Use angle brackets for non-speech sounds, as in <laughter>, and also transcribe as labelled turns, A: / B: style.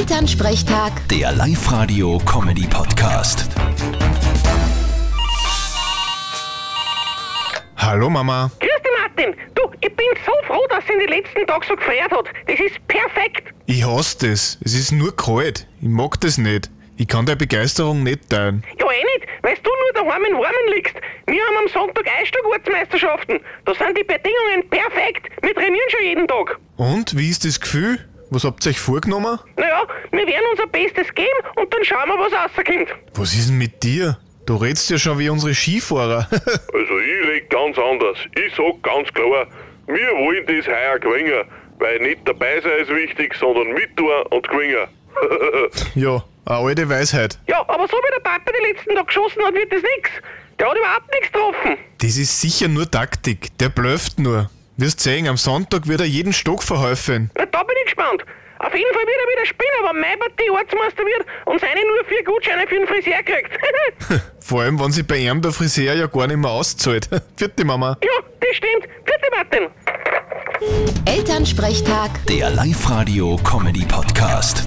A: Elternsprechtag,
B: Der Live-Radio-Comedy-Podcast.
C: Hallo Mama.
D: Grüß dich, Martin. Du, ich bin so froh, dass sie in den letzten Tag so gefeiert hat. Das ist perfekt.
C: Ich hasse das. Es ist nur kalt. Ich mag das nicht. Ich kann der Begeisterung nicht teilen.
D: Ja, eh nicht, weil du nur daheim in Warmen liegst. Wir haben am Sonntag Eisstock-Ortsmeisterschaften. Da sind die Bedingungen perfekt. Wir trainieren schon jeden Tag.
C: Und wie ist das Gefühl? Was habt ihr euch vorgenommen?
D: Naja, wir werden unser Bestes geben und dann schauen wir, was rauskommt.
C: Was ist denn mit dir? Du redst ja schon wie unsere Skifahrer. <laughs>
E: Also ich reg ganz anders. Ich sag ganz klar, wir wollen das heuer gewinnen, weil nicht dabei sein ist wichtig, sondern mittun und <laughs> gewinnen.
C: ja, eine alte Weisheit.
D: Ja, aber so wie der Papa den letzten Tag geschossen hat, wird das nix. Der hat überhaupt nichts getroffen.
C: Das ist sicher nur Taktik. Der blöft nur. Wirst sehen, am Sonntag wird er jeden Stock verhäufen.
D: Na, da bin ich gespannt. Auf jeden Fall wird er wieder spielen, aber mein Partie Ortsmeister wird und seine nur vier Gutscheine für den Friseur kriegt. <laughs>
C: Vor allem, wenn sie bei ihm der Friseur ja gar nicht mehr auszahlt. <laughs> Vierte Mama.
D: ja, das stimmt. Bitte, Martin.
A: Elternsprechtag.
B: Der Live-Radio-Comedy-Podcast.